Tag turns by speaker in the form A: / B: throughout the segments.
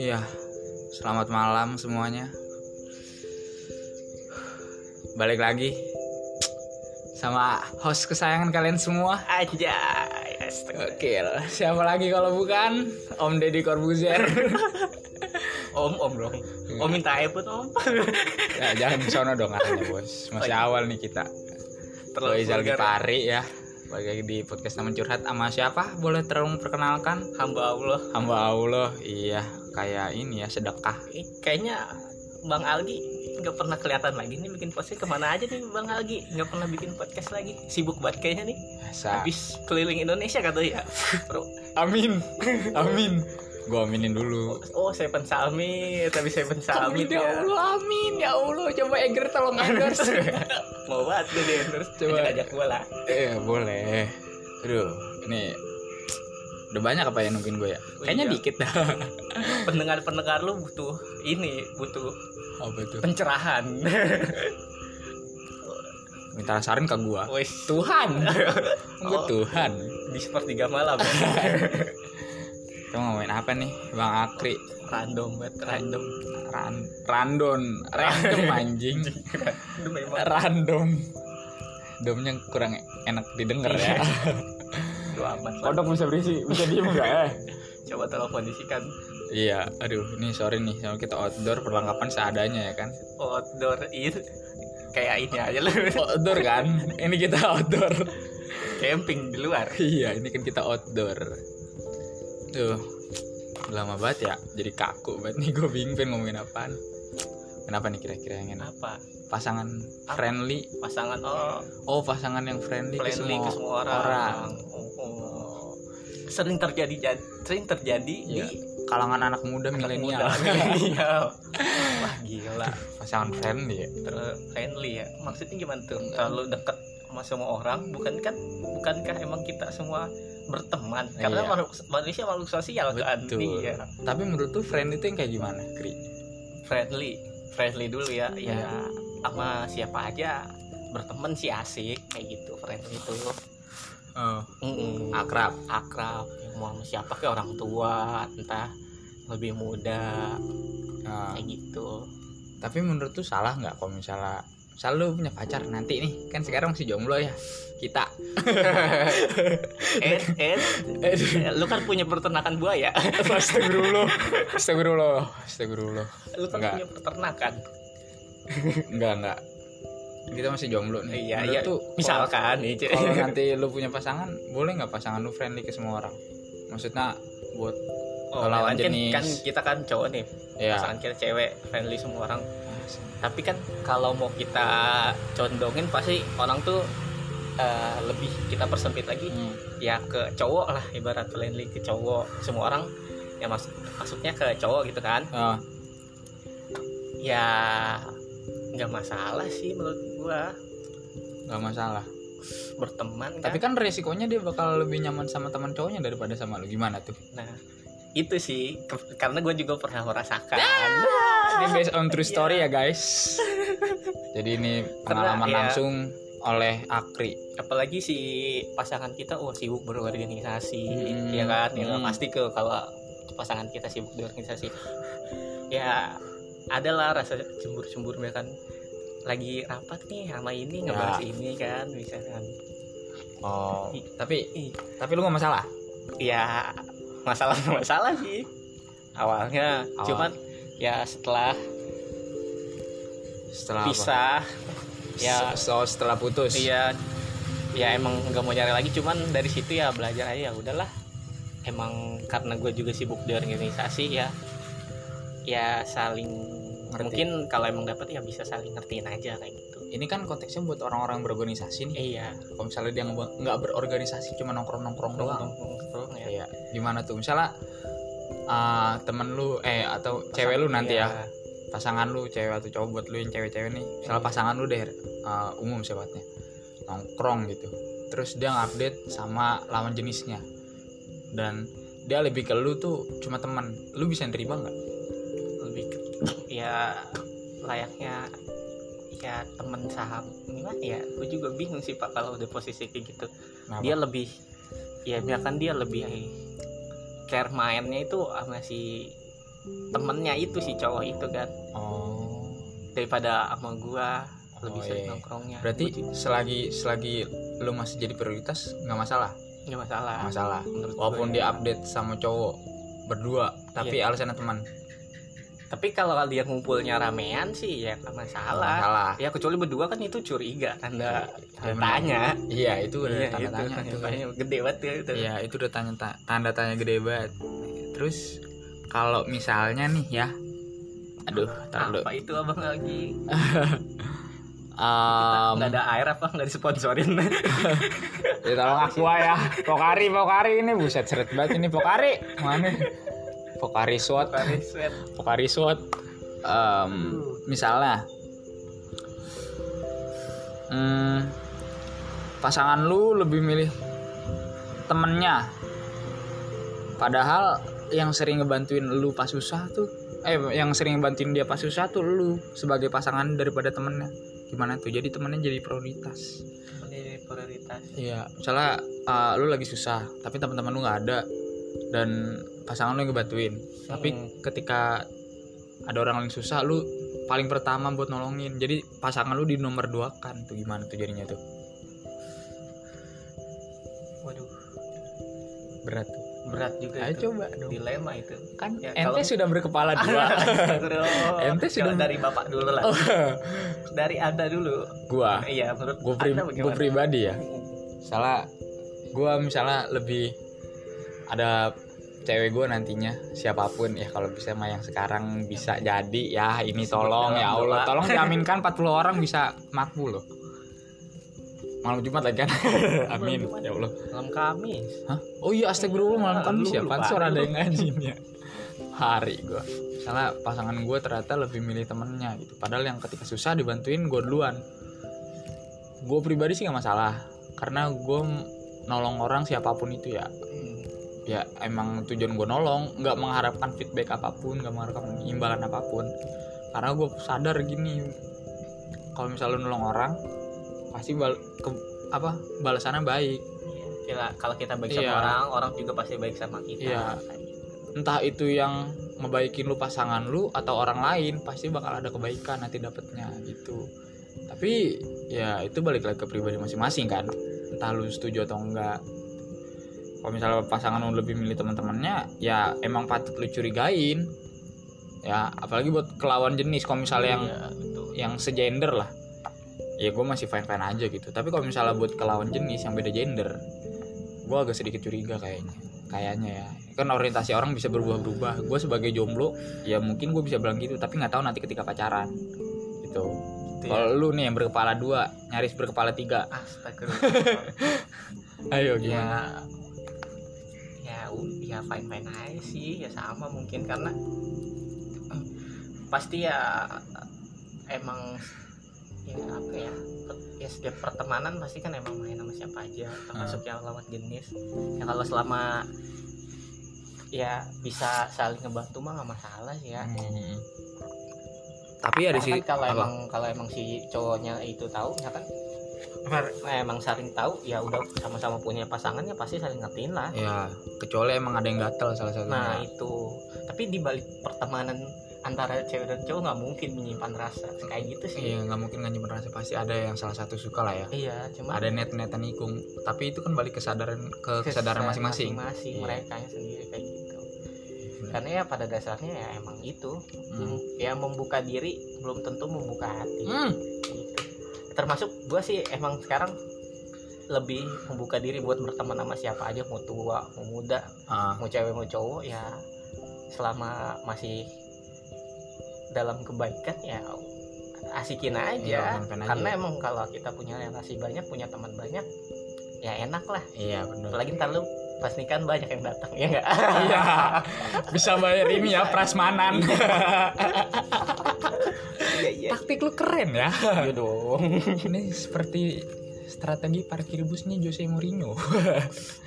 A: Iya, selamat malam semuanya. Balik lagi sama host kesayangan kalian semua.
B: Aja. ya,
A: Oke, siapa lagi kalau bukan Om Deddy Corbuzier?
B: Om, om dong.
A: Hmm.
B: Om minta ampun om.
A: ya, jangan ke sono dong arahnya, Bos. Masih awal nih kita. Terlalu
B: Terlalu
A: Izal
B: vulgar.
A: Gipari ya. Balik lagi di podcast Teman Curhat sama siapa? Boleh tolong perkenalkan?
B: Hamba Allah.
A: Hamba Allah. Iya, kayak ini ya sedekah.
B: Ih, Kayaknya Bang Algi nggak pernah kelihatan lagi nih bikin podcast kemana aja nih Bang Algi nggak pernah bikin podcast lagi sibuk banget kayaknya nih
A: Ya. Biasa.
B: habis keliling Indonesia kata ya Bro,
A: Amin. Amin. Gua aminin dulu.
B: oh saya Salmi tapi saya Salmi
A: ya
B: ya
A: Allah, amin ya Allah. Coba Eger tolong endorse.
B: mau banget gue di endorse
A: Coba.
B: ajak ajak gue lah
A: eh, boleh. Aduh, ini udah banyak apa yang nungguin gue ya? Kayaknya
B: Iya.
A: dikit dah.
B: pendengar pendengar lu butuh ini butuh
A: Apa tuh?
B: pencerahan
A: Minta saran ke gua.
B: wes
A: Tuhan. Gue
B: Oh.
A: Tuhan.
B: di sepertiga malam
A: Kita mau ngomongin apa nih, Bang Akri?
B: random banget random
A: Ran random, random anjing.
B: itu memang
A: Random. Domnya kurang enak didengar ya.
B: lu amat lah.
A: Kodok bisa berisi, bisa diem enggak eh?
B: coba tolong kondisikan
A: Iya, aduh, ini sorry nih, sama kita outdoor perlengkapan seadanya ya kan.
B: outdoor in kayak ini aja lu
A: Outdoor kan? Ini kita outdoor.
B: camping di luar
A: iya, ini kan kita outdoor. Tuh, lama banget ya. Jadi kaku banget nih, gue bingung pengen ngomongin apaan. Kenapa nih kira-kira yang enak?
B: apa
A: Pasangan friendly.
B: pasangan oh
A: Oh, pasangan yang friendly, ke
B: friendly
A: semua
B: ke semua orang, Oh, oh. sering terjadi jad- sering terjadi
A: Iya,
B: di
A: Kalangan anak muda
B: anak
A: milenial.
B: muda. milenial wah gila
A: Pasangan friendly ya.
B: terlalu friendly ya maksudnya gimana tuh terlalu dekat sama semua orang bukan kan bukankah emang kita semua berteman karena
A: Iya.
B: manu- manusia makhluk sosial kan
A: Betul.
B: iya
A: Tapi menurut tuh friend itu yang kayak gimana, Kri?
B: friendly friendly dulu ya ya
A: Iya.
B: sama siapa aja berteman sih asik kayak gitu friendly itu
A: Oh,
B: Mm-mm.
A: akrab.
B: akrab mau sama siapa ke orang tua entah lebih muda
A: Ah.
B: kayak gitu
A: Tapi menurut tuh salah nggak kalau misalnya misal lu punya pacar nanti nih kan sekarang masih jomblo ya kita
B: eh eh lu kan punya peternakan buaya
A: astagfirullah astagfirullah astagfirullah
B: lu kan
A: Enggak.
B: punya peternakan
A: enggak enggak kita masih jomblo nih
B: iya
A: Menurut
B: iya
A: tuh kalau-
B: misalkan nih Ce.
A: kalau nanti lu punya pasangan boleh nggak pasangan lu friendly ke semua orang maksudnya buat
B: oh,
A: kalau lawan
B: kan,
A: jenis.
B: kan kita kan cowok nih
A: ya
B: pasangan kita cewek friendly semua orang tapi kan kalau mau kita condongin pasti orang tuh eh, lebih kita persempit lagi
A: Hmm.
B: ya ke cowok lah ibarat friendly ke cowok semua orang ya maksud maksudnya ke cowok gitu kan
A: Ah,
B: ya nggak masalah sih menurut gua
A: nggak masalah
B: Iya. berteman
A: tapi
B: kan
A: kan resikonya dia bakal lebih nyaman sama teman cowoknya daripada sama lu gimana tuh
B: itu sih ke- karena gua juga pernah merasakan
A: Ini based on true story
B: Ah, Iya.
A: ya guys. Jadi ini pengalaman
B: Karena, ya.
A: langsung oleh Akri.
B: apalagi si pasangan kita oh sibuk berorganisasi
A: Hmm.
B: ya kan ya
A: Hmm.
B: pasti ke kalau pasangan kita sibuk di organisasi ya adalah rasa cemburu-cemburu ya kan lagi rapat nih sama ini
A: Ya.
B: ngebahas ini kan misalkan
A: Oh. Tapi
B: Ih.
A: tapi lu gak masalah.
B: ya masalah-masalah sih awalnya
A: Awal.
B: cuman ya setelah
A: Setelah apa?
B: pisah ya
A: So, so, setelah putus.
B: Iya, ya emang nggak mau nyari lagi, cuman dari situ ya belajar aja ya udahlah. Emang karena gue juga sibuk di organisasi ya, ya saling
A: Ngerti.
B: mungkin kalau emang dapat ya bisa saling ngertiin aja kayak gitu.
A: Ini kan konteksnya buat orang-orang yang berorganisasi nih.
B: Iya,
A: Kalau misalnya dia nggak nggak berorganisasi cuma nongkrong-nongkrong doang.
B: nongkrong ya.
A: Iya. Gimana tuh? Misalnya ah, temen lu eh atau cewek lu nanti ya
B: Iya.
A: pasangan lu cewek atau cowok buat lu yang cewek-cewek nih misalnya
B: Iya.
A: pasangan lu deh uh, umum sifatnya nongkrong gitu terus dia ngupdate sama lawan jenisnya dan dia lebih ke lu tuh cuma teman lu bisa nerima nggak
B: Lebih ke- ya layaknya ya temen saham gimana ya gue juga bingung sih pak kalau udah posisi kayak gitu
A: Kenapa?
B: dia lebih ya biarkan dia lebih care mainnya itu sama si temennya itu si cowok itu kan
A: oh
B: daripada sama gua lebih
A: Oh,
B: sering
A: iya.
B: nongkrongnya
A: berarti selagi selagi lu masih jadi prioritas nggak masalah
B: nggak masalah
A: nggak masalah
B: menurut gua
A: Gitu, walaupun
B: ya.
A: dia update sama cowok berdua tapi
B: Iya.
A: alasannya teman
B: tapi kalau dia ngumpulnya ramean sih ya nggak
A: Nggak
B: masalah
A: masalah
B: ya kecuali berdua kan itu curiga tanda
A: Iya,
B: tanda tanya
A: iya itu udah
B: iya
A: tanda
B: itu
A: tanya
B: tanda
A: tuh.
B: tanya gede banget ya itu
A: Iya itu udah tanya ta- tanda tanya gede banget terus kalau misalnya nih ya aduh taruh dulu
B: apa itu abang lagi
A: Em,
B: nggak ada air apa nggak disponsorin
A: ya tolong aqua ya pokari pokari ini buset seret banget ini pokari mana pokari swat
B: Paris sweat
A: pokari swat Em, misalnya hmm, pasangan lu lebih milih temennya padahal yang sering ngebantuin lu pas susah tuh eh yang sering ngebantuin dia pas susah tuh lu sebagai pasangan daripada temennya gimana tuh jadi temennya jadi prioritas
B: ini prioritas
A: Iya, misalnya uh, lu lagi susah, tapi teman-teman lu nggak ada dan pasangan lu yang ngebantuin. Tapi
B: Hmm.
A: ketika ada orang yang susah, lu paling pertama buat nolongin. Jadi pasangan lu di nomor dua kan tuh gimana tuh jadinya tuh
B: waduh
A: berat tuh.
B: berat juga
A: Ayo
B: itu
A: coba dong.
B: dilema itu
A: Kan
B: Ya,
A: ente
B: kalau-
A: sudah berkepala dua. Ente
B: Ente
A: sudah-
B: dari bapak dulu
A: Oh.
B: lah dari anda dulu
A: gua,
B: iya menurut
A: Ah, gua, pri-
B: Anda
A: gua
B: bagaimana? Hmm.
A: pribadi ya. Misalnya gua misalnya lebih ada cewek gua nantinya siapapun ya kalau bisa mah yang sekarang bisa jadi ya ini tolong ya Allah tolong diaminkan 40 orang bisa makmul loh malam Jumat lagi kan amin ya Allah
B: malam Kamis
A: Hah? Oh iya astagfirullah malam Kamis ya
B: Lu
A: Pan suara
B: lupa.
A: ada yang ngajin ya Hari gua Misalnya pasangan gua ternyata lebih milih temennya gitu Padahal yang ketika susah dibantuin gua duluan Gue pribadi sih gak masalah Karena gue nolong orang siapapun itu ya Ya emang tujuan gue nolong Gak mengharapkan feedback apapun Gak mengharapkan imbalan apapun Karena gue sadar gini Kalau misalnya lu nolong orang Pasti bal ke- apa balasannya baik
B: Iya. Kira kalau kita baik sama
A: Iya.
B: orang, orang juga pasti baik sama kita. gitu.
A: Iya. entah itu yang ngebaikin lu pasangan lu atau orang lain pasti bakal ada kebaikan nanti dapetnya gitu tapi ya itu balik lagi ke pribadi masing-masing kan entah lu setuju atau enggak kalau misalnya pasangan lu lebih milih teman-temannya ya emang patut lu curigain ya apalagi buat kelawan jenis kalau misalnya yang
B: Iya, betul.
A: yang segender lah ya gue masih fine fine aja gitu tapi kalau misalnya buat kelawan jenis yang beda gender gue agak sedikit curiga kayaknya kayaknya ya kan orientasi orang bisa berubah berubah gue sebagai jomblo ya mungkin gue bisa bilang gitu tapi nggak tahu nanti ketika pacaran gitu
B: Gitu ya.
A: kalau lu nih yang berkepala dua nyaris berkepala tiga
B: Astagfirullah.
A: ayo
B: ya
A: gimana
B: ya u- ya fine fine aja sih ya sama mungkin karena mm, pasti ya emang ya apa ya per- ya setiap pertemanan pasti kan emang main sama siapa aja
A: Ah.
B: termasuk yang lawan jenis ya kalau selama ya bisa saling ngebantu mah nggak masalah sih ya
A: Hmm. tapi ya di
B: Karena
A: sini
B: kan kalau
A: apa?
B: emang kalau emang si cowoknya itu tahu ya kan emang saling tahu ya udah sama-sama punya pasangannya pasti saling ngertiin lah
A: ya kecuali emang ada yang gatel salah satunya
B: Nah itu Tapi di balik pertemanan antara cewek dan cowok nggak mungkin menyimpan rasa kayak gitu sih.
A: iya nggak mungkin nggak nyimpen rasa pasti ada yang salah satu suka lah ya
B: Iya, cuma
A: ada net-netan nikung tapi itu kan balik kesadaran ke kesadaran masing-masing Iya.
B: mereka yang sendiri kayak gitu.
A: Bener.
B: Karena ya pada dasarnya ya emang itu
A: hmm.
B: ya membuka diri belum tentu membuka hati.
A: Hmm.
B: Gitu. Termasuk gua sih emang sekarang lebih membuka diri buat berteman sama siapa aja mau tua mau muda
A: Ah,
B: mau cewek mau cowok ya selama masih dalam kebaikan ya asikin
A: iya,
B: aja
A: fine-fine aja.
B: karena emang kalau kita punya relasi banyak punya teman banyak ya enak lah
A: iya benar
B: apalagi ntar lu pas nikahan banyak yang datang ya enggak
A: iya bisa bayar ini ya prasmanan
B: iya iya
A: taktik lu keren ya
B: iya dong
A: ini seperti strategi parkir busnya Jose Mourinho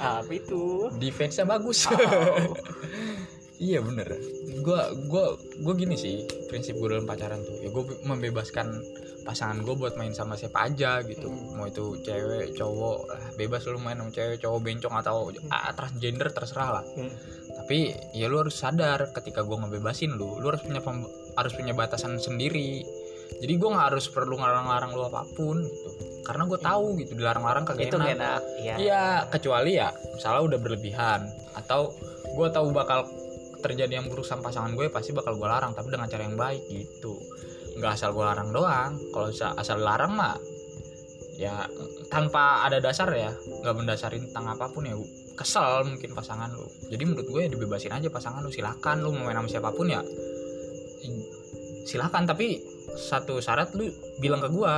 B: apa itu
A: defense-nya bagus iya bener gue gua gua gini sih prinsip gue dalam pacaran tuh ya gue membebaskan pasangan gue buat main sama siapa aja gitu
B: Hmm.
A: mau itu cewek cowok lah, bebas lu main sama cewek cowok bencong atau ah, transgender terserah lah
B: Hmm.
A: tapi ya lu harus sadar ketika gue ngebebasin lu lu harus punya pem- harus punya batasan sendiri jadi gue nggak harus perlu ngelarang-larang lu apapun gitu karena gue tahu gitu dilarang-larang kagak
B: Iya. itu
A: enak.
B: nggak enak iya
A: Iya, kecuali ya misalnya udah berlebihan atau gue tahu bakal terjadi yang buruk sama pasangan gue pasti bakal gue larang tapi dengan cara yang baik gitu nggak asal gue larang doang kalau sa- asal larang mah ya tanpa ada dasar ya nggak mendasarin tentang apapun ya kesel mungkin pasangan lu jadi menurut gue ya dibebasin aja pasangan lu silakan lu mau main sama siapapun ya silakan tapi satu syarat lu bilang ke gue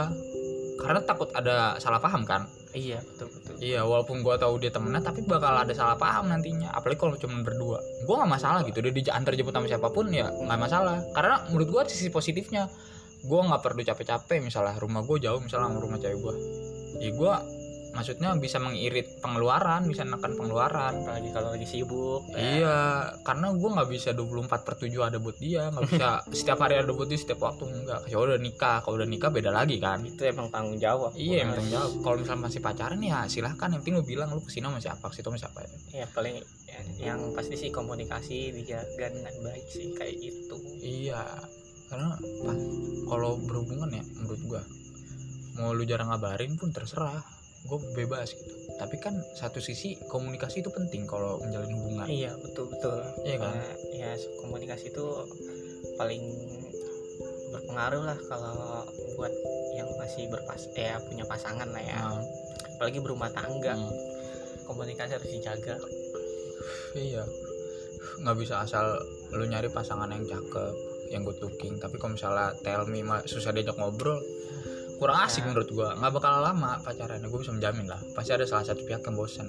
A: karena takut ada salah paham kan
B: iya betul betul
A: Iya, walaupun gua tahu dia temennya, tapi bakal ada salah paham nantinya. Apalagi kalau cuma berdua. Gua nggak masalah gitu, dia diantar jemput sama siapapun ya nggak masalah. Karena menurut gua ada sisi positifnya, gua nggak perlu capek-capek misalnya rumah gua jauh misalnya sama rumah cewek gua. Ya gua maksudnya bisa mengirit pengeluaran, bisa menekan pengeluaran.
B: apalagi kalau lagi sibuk ya.
A: Iya, karena gua nggak bisa 24 per 7 ada buat dia, nggak bisa setiap hari ada buat dia, setiap waktu enggak. Kecuali udah nikah, kalau udah nikah beda lagi kan.
B: itu emang tanggung jawab
A: Iya, emang
B: Harus-
A: tanggung jawab. Kalau misalnya masih pacaran ya silahkan. Yang penting lu bilang lu kesini sama siapa, kesitu sama siapa. Ya.
B: ya paling ya, yang pasti sih komunikasi dijaga dengan baik sih kayak gitu
A: Iya, karena pas kalau berhubungan ya menurut gua mau lu jarang ngabarin pun terserah. Gue bebas gitu. Tapi kan satu sisi komunikasi itu penting kalau menjalin hubungan.
B: iya betul betul
A: Iya kan?
B: Karena ya komunikasi itu paling berpengaruh lah kalau buat yang masih berpas ya punya pasangan lah ya
A: Nah,
B: apalagi berumah tangga
A: hmm,
B: komunikasi harus dijaga
A: iya. Nggak bisa asal lu nyari pasangan yang cakep, yang good looking. Tapi kalau misalnya tell me mah susah diajak ngobrol, kurang asik
B: Ya.
A: menurut gua nggak bakal lama pacarannya gue bisa menjamin lah pasti ada salah satu pihak yang bosan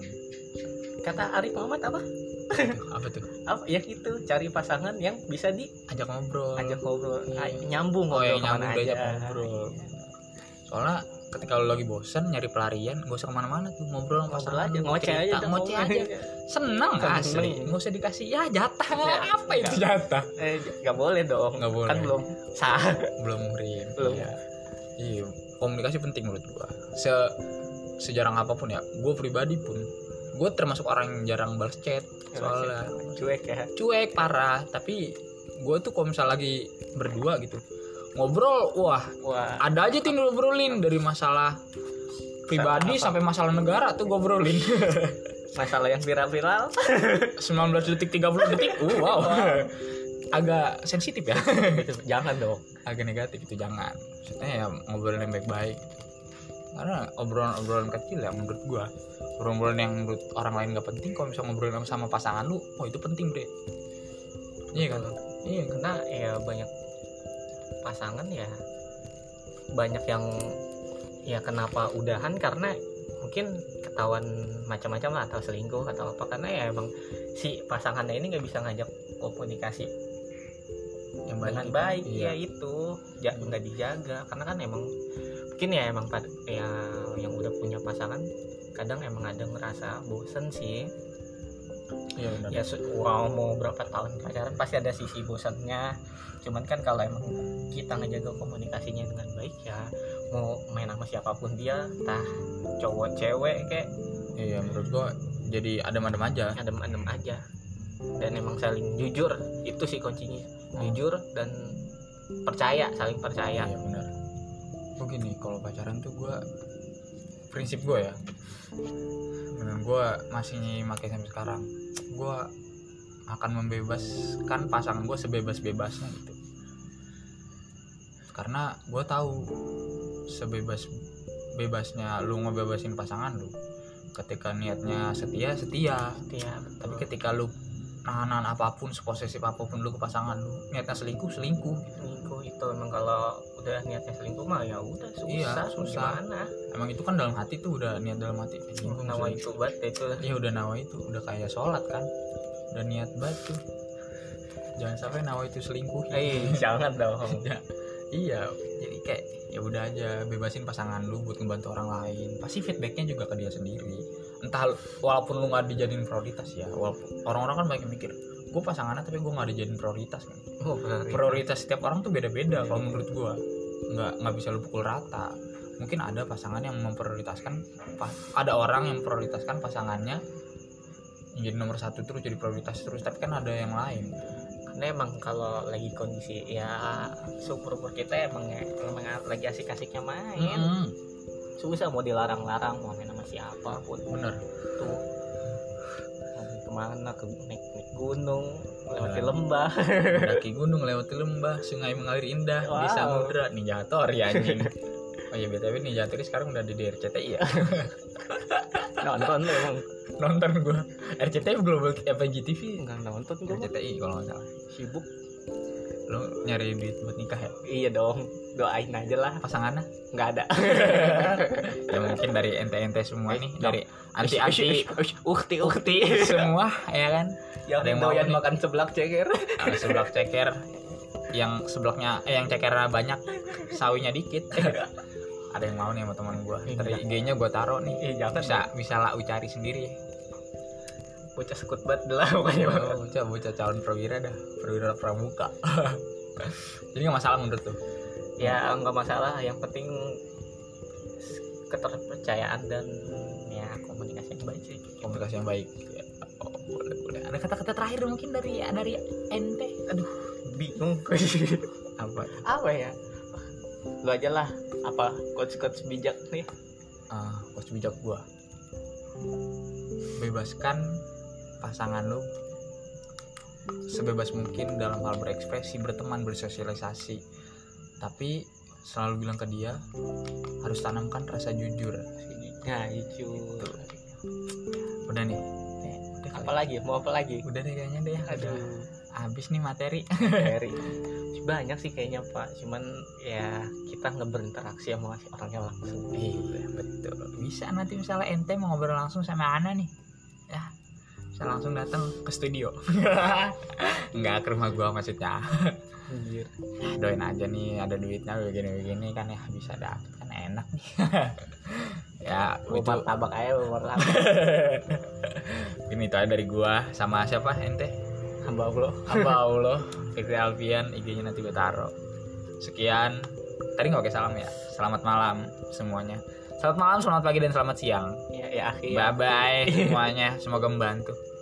B: kata Arif Muhammad apa
A: apa tuh
B: apa ya gitu cari pasangan yang bisa
A: ajak ngobrol
B: diajak ngobrol Ah,
A: Iya.
B: nyambung
A: Hmm. Oh,
B: ngobrol
A: iya, nyambung
B: kemana
A: diajak
B: aja Iya.
A: ngobrol. soalnya ketika lu lagi bosan nyari pelarian gak usah kemana-mana tuh ngobrol sama
B: ngobrol
A: pasangan
B: aja
A: lu,
B: ngoceh aja
A: cerita,
B: udah
A: ngoceh aja seneng
B: Seneng.
A: asli nggak usah dikasih ya jatah
B: Ya,
A: apa itu jatah
B: eh nggak boleh dong
A: nggak boleh
B: kan belum sah
A: belum murim
B: Belum.
A: iya iya komunikasi penting menurut gua se sejarang apapun ya gua pribadi pun gue termasuk orang yang jarang balas chat soalnya
B: cuek ya
A: cuek parah tapi gue tuh kalau misalnya lagi berdua gitu ngobrol wah
B: wah
A: ada aja tuh yang diobrolin dari masalah pribadi
B: Apa?
A: sampai masalah negara tuh gue obrolin
B: masalah yang viral-viral
A: 19 detik 30 detik uh, wow agak sensitif ya
B: jangan dong
A: agak negatif itu jangan maksudnya ya ngobrolin yang baik-baik gitu. karena obrolan-obrolan kecil ya menurut gua obrolan yang menurut orang lain gak penting kalau misalnya ngobrolin sama pasangan lu oh itu penting bre iya kan iya kan
B: karena ya banyak pasangan ya banyak yang ya kenapa udahan karena mungkin ketahuan macam-macam lah atau selingkuh atau apa karena ya emang si pasangannya ini nggak bisa ngajak komunikasi
A: yang
B: dengan
A: itu.
B: baik
A: iya.
B: ya itu ja- nggak dijaga karena kan emang mungkin ya emang pad- ya yang udah punya pasangan kadang emang ada ngerasa bosen sih
A: Iya, benar.
B: ya su- wow, mau berapa tahun pacaran pasti ada sisi bosannya cuman kan kalau emang kita ngejaga komunikasinya dengan baik ya mau main sama siapapun dia entah cowok cewek kayak
A: Iya menurut gua jadi adem-adem aja.
B: adem adem aja dan emang saling jujur itu sih kuncinya jujur dan percaya saling percaya
A: Iya benar. Gue gini kalau pacaran tuh gua prinsip gua ya. Dan gua masih pakai sampai sekarang. Gua akan membebaskan pasangan gua sebebas-bebasnya gitu. Karena gua tahu sebebas bebasnya lu ngebebasin pasangan lu ketika niatnya setia setia
B: Iya,
A: tapi
B: betul.
A: ketika lu nahan apapun seposesif apapun lu ke pasangan lu niatnya selingkuh selingkuh
B: selingkuh itu emang kalau udah niatnya selingkuh mah ya udah susah
A: Iya, susah.
B: gimana
A: emang itu kan dalam hati tuh udah niat dalam hati eh, selingkuh
B: nawa
A: selingkuh.
B: itu banget deh itu
A: iya udah nawa itu udah kayak sholat kan udah niat banget tuh jangan sampai nawa itu selingkuh
B: eh jangan dong
A: Ya, iya jadi kayak ya udah aja bebasin pasangan lu buat ngebantu orang lain pasti feedbacknya juga ke dia sendiri entah walaupun lu nggak dijadiin prioritas ya walaupun orang-orang kan banyak yang mikir gue gue pasangannya tapi gue nggak dijadiin prioritas kan
B: Oh, prioritas.
A: prioritas setiap orang tuh beda-beda kalau menurut gua nggak nggak bisa lu pukul rata mungkin ada pasangan yang memprioritaskan pas- ada orang yang memprioritaskan pasangannya jadi nomor satu terus jadi prioritas terus tapi kan ada yang lain
B: Karena emang kalau lagi kondisi ya seumur umur kita emang ya, emang lagi asik-asiknya main.
A: Mm,
B: Susah mau dilarang-larang mau main sama siapa pun
A: bener
B: tuh. Mau kemana ke naik, naik gunung, lewati
A: Jalan.
B: lembah.
A: mendaki gunung lewati lembah sungai mengalir indah
B: Wow.
A: desa mudra ninja tori anjing oh iya btw ninja tori sekarang udah di RCTI ya
B: Nonton lu emang
A: nonton gua RCTI global apa GTV
B: enggak nonton gua mah.
A: RCTI kalau nggak salah
B: sibuk.
A: lo nyari duit buat nikah ya
B: Iya dong, doain aja lah.
A: pasangannya
B: Enggak ada.
A: ya mungkin dari ente-ente semua nih
B: Eh,
A: dari anti-anti
B: ukti ukti
A: semua ya kan
B: yang
A: Ada yang mau
B: doyan
A: nih?
B: makan seblak ceker
A: Nah, seblak ceker yang seblaknya eh, yang cekernya banyak sawinya dikit ada yang mau nih sama teman gue ntar
B: Iya.
A: IG-nya gue taro nih
B: Iya, jangan
A: bisa bisa lau cari sendiri
B: bocah sekut banget lah pokoknya
A: Oh, bocah bocah calon prawira dah prawira pramuka jadi nggak masalah menurut tuh
B: ya nggak masalah yang penting s- keterpercayaan dan ya komunikasi yang baik sih
A: komunikasi yang baik Ya, oh, boleh boleh ada kata-kata terakhir mungkin dari dari ente aduh
B: bingung
A: apa
B: apa ya lu aja lah apa coach coach bijak nih
A: Ah, coach bijak gua bebaskan pasangan lu sebebas mungkin dalam hal berekspresi berteman bersosialisasi tapi selalu bilang ke dia harus tanamkan rasa jujur
B: nah jujur
A: Tuh. udah nih Eh, udah kali.
B: apalagi mau apa lagi
A: udah deh kayaknya deh
B: ada
A: udah habis nih materi
B: Ferry banyak sih kayaknya pak cuman ya kita nggak berinteraksi sama orangnya langsung
A: iya betul bisa nanti misalnya ente mau ngobrol langsung sama Ana nih ya bisa langsung datang ke studio nggak ke rumah gua maksudnya
B: Anjir.
A: Ah, doain aja nih ada duitnya begini-begini kan ya bisa dapet kan enak nih ya
B: Mau
A: itu
B: martabak aja mau martabak
A: ini itu aja dari gua sama siapa ente
B: hamba bro
A: apa Allah Fikri Alfian IG-nya nanti gua taro sekian tadi nggak pakai salam ya selamat malam semuanya selamat malam selamat pagi dan selamat siang
B: ya ya akhi
A: bye bye semuanya semoga membantu